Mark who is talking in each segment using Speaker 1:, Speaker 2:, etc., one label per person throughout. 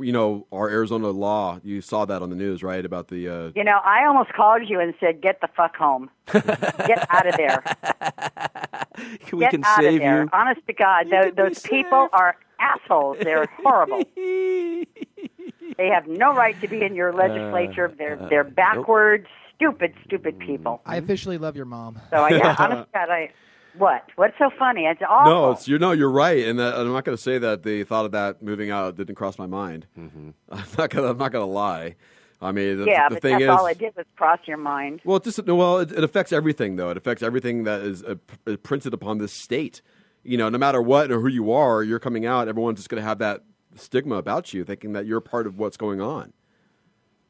Speaker 1: you know, our Arizona law. You saw that on the news, right? About the uh,
Speaker 2: You know, I almost called you and said, "Get the fuck home. Get out of there.
Speaker 3: we
Speaker 2: Get
Speaker 3: can
Speaker 2: out
Speaker 3: save
Speaker 2: of there."
Speaker 3: you.
Speaker 2: Honest to God, tho-
Speaker 3: can be
Speaker 2: those people
Speaker 3: saved.
Speaker 2: are assholes. They're horrible. they have no right to be in your
Speaker 3: Uh,
Speaker 2: legislature. They're they're backward, stupid, stupid people.
Speaker 4: I officially love your mom.
Speaker 2: So I, yeah, honest to God, I what? What's so funny? It's awful.
Speaker 1: No, it's you know you're right, and that, I'm not going to say that the thought of that moving out didn't cross my mind. I'm not going. to I'm not going to lie. I mean, the,
Speaker 2: yeah,
Speaker 1: the
Speaker 2: but
Speaker 1: thing
Speaker 2: that's
Speaker 1: is,
Speaker 2: all it did was cross your mind.
Speaker 1: well, it just no, well, it, it affects everything though. It affects everything that is uh, p- printed upon this state. You know, no matter what or who you are, you're coming out. Everyone's just going to have that stigma about you, thinking that you're part of what's going on,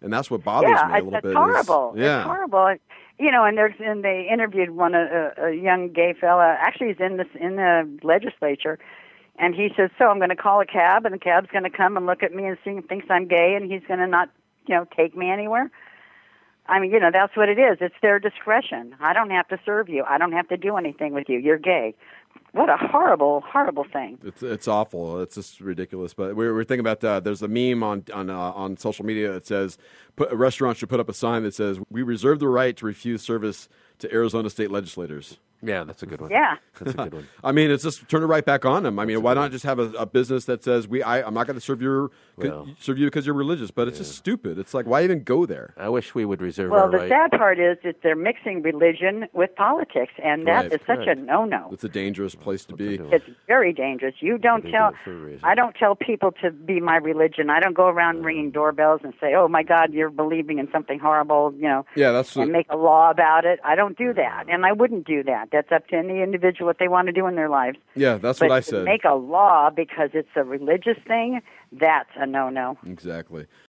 Speaker 1: and that's what bothers
Speaker 2: yeah,
Speaker 1: me a
Speaker 2: it's,
Speaker 1: little
Speaker 2: it's
Speaker 1: bit. is-
Speaker 2: horrible.
Speaker 1: yeah,
Speaker 2: It's horrible. And, You know, and there's and they interviewed one a, a young gay fella. Actually, he's in this in the legislature, and he says, "So I'm going to call a cab, and the cab's going to come and look at me and see, thinks I'm gay, and he's going to not, you know, take me anywhere." I mean, you know, that's what it is. It's their discretion. I don't have to serve you. I don't have to do anything with you. You're gay. What a horrible, horrible thing.
Speaker 1: It's it's awful. It's just ridiculous. But we we're, we we're thinking about uh, there's a meme on on uh, on social media that says put, a restaurant should put up a sign that says we reserve the right to refuse service to Arizona state legislators.
Speaker 3: Yeah, that's a good one.
Speaker 2: Yeah.
Speaker 3: That's a good one.
Speaker 1: I mean, it's just turn it right back on them. I mean, why not just have a, a business that says we I, I'm not going to serve your
Speaker 3: Well.
Speaker 1: serve you because you're religious, but it's just stupid. It's like why even go there?
Speaker 3: I wish we would reserve
Speaker 2: Well,
Speaker 3: our
Speaker 2: the
Speaker 3: right.
Speaker 2: sad part is that they're mixing religion with politics, and that
Speaker 1: Right,
Speaker 2: is such a
Speaker 3: correct.
Speaker 2: no-no.
Speaker 1: It's a dangerous place to be.
Speaker 3: doing.
Speaker 2: It's very dangerous. You don't
Speaker 3: They do
Speaker 2: tell.
Speaker 3: it for a reason.
Speaker 2: I don't tell people to be my religion. I don't go around ringing doorbells and say, "Oh my God, you're believing in something horrible," you know,
Speaker 1: Yeah, that's
Speaker 2: and make a law about it. I don't do that, and I wouldn't do that. That's up to any individual what they want to do in their lives.
Speaker 1: yeah, that's
Speaker 2: but
Speaker 1: what I
Speaker 2: to
Speaker 1: said.
Speaker 2: make a law because it's a religious thing. That's a no-no.
Speaker 1: Exactly.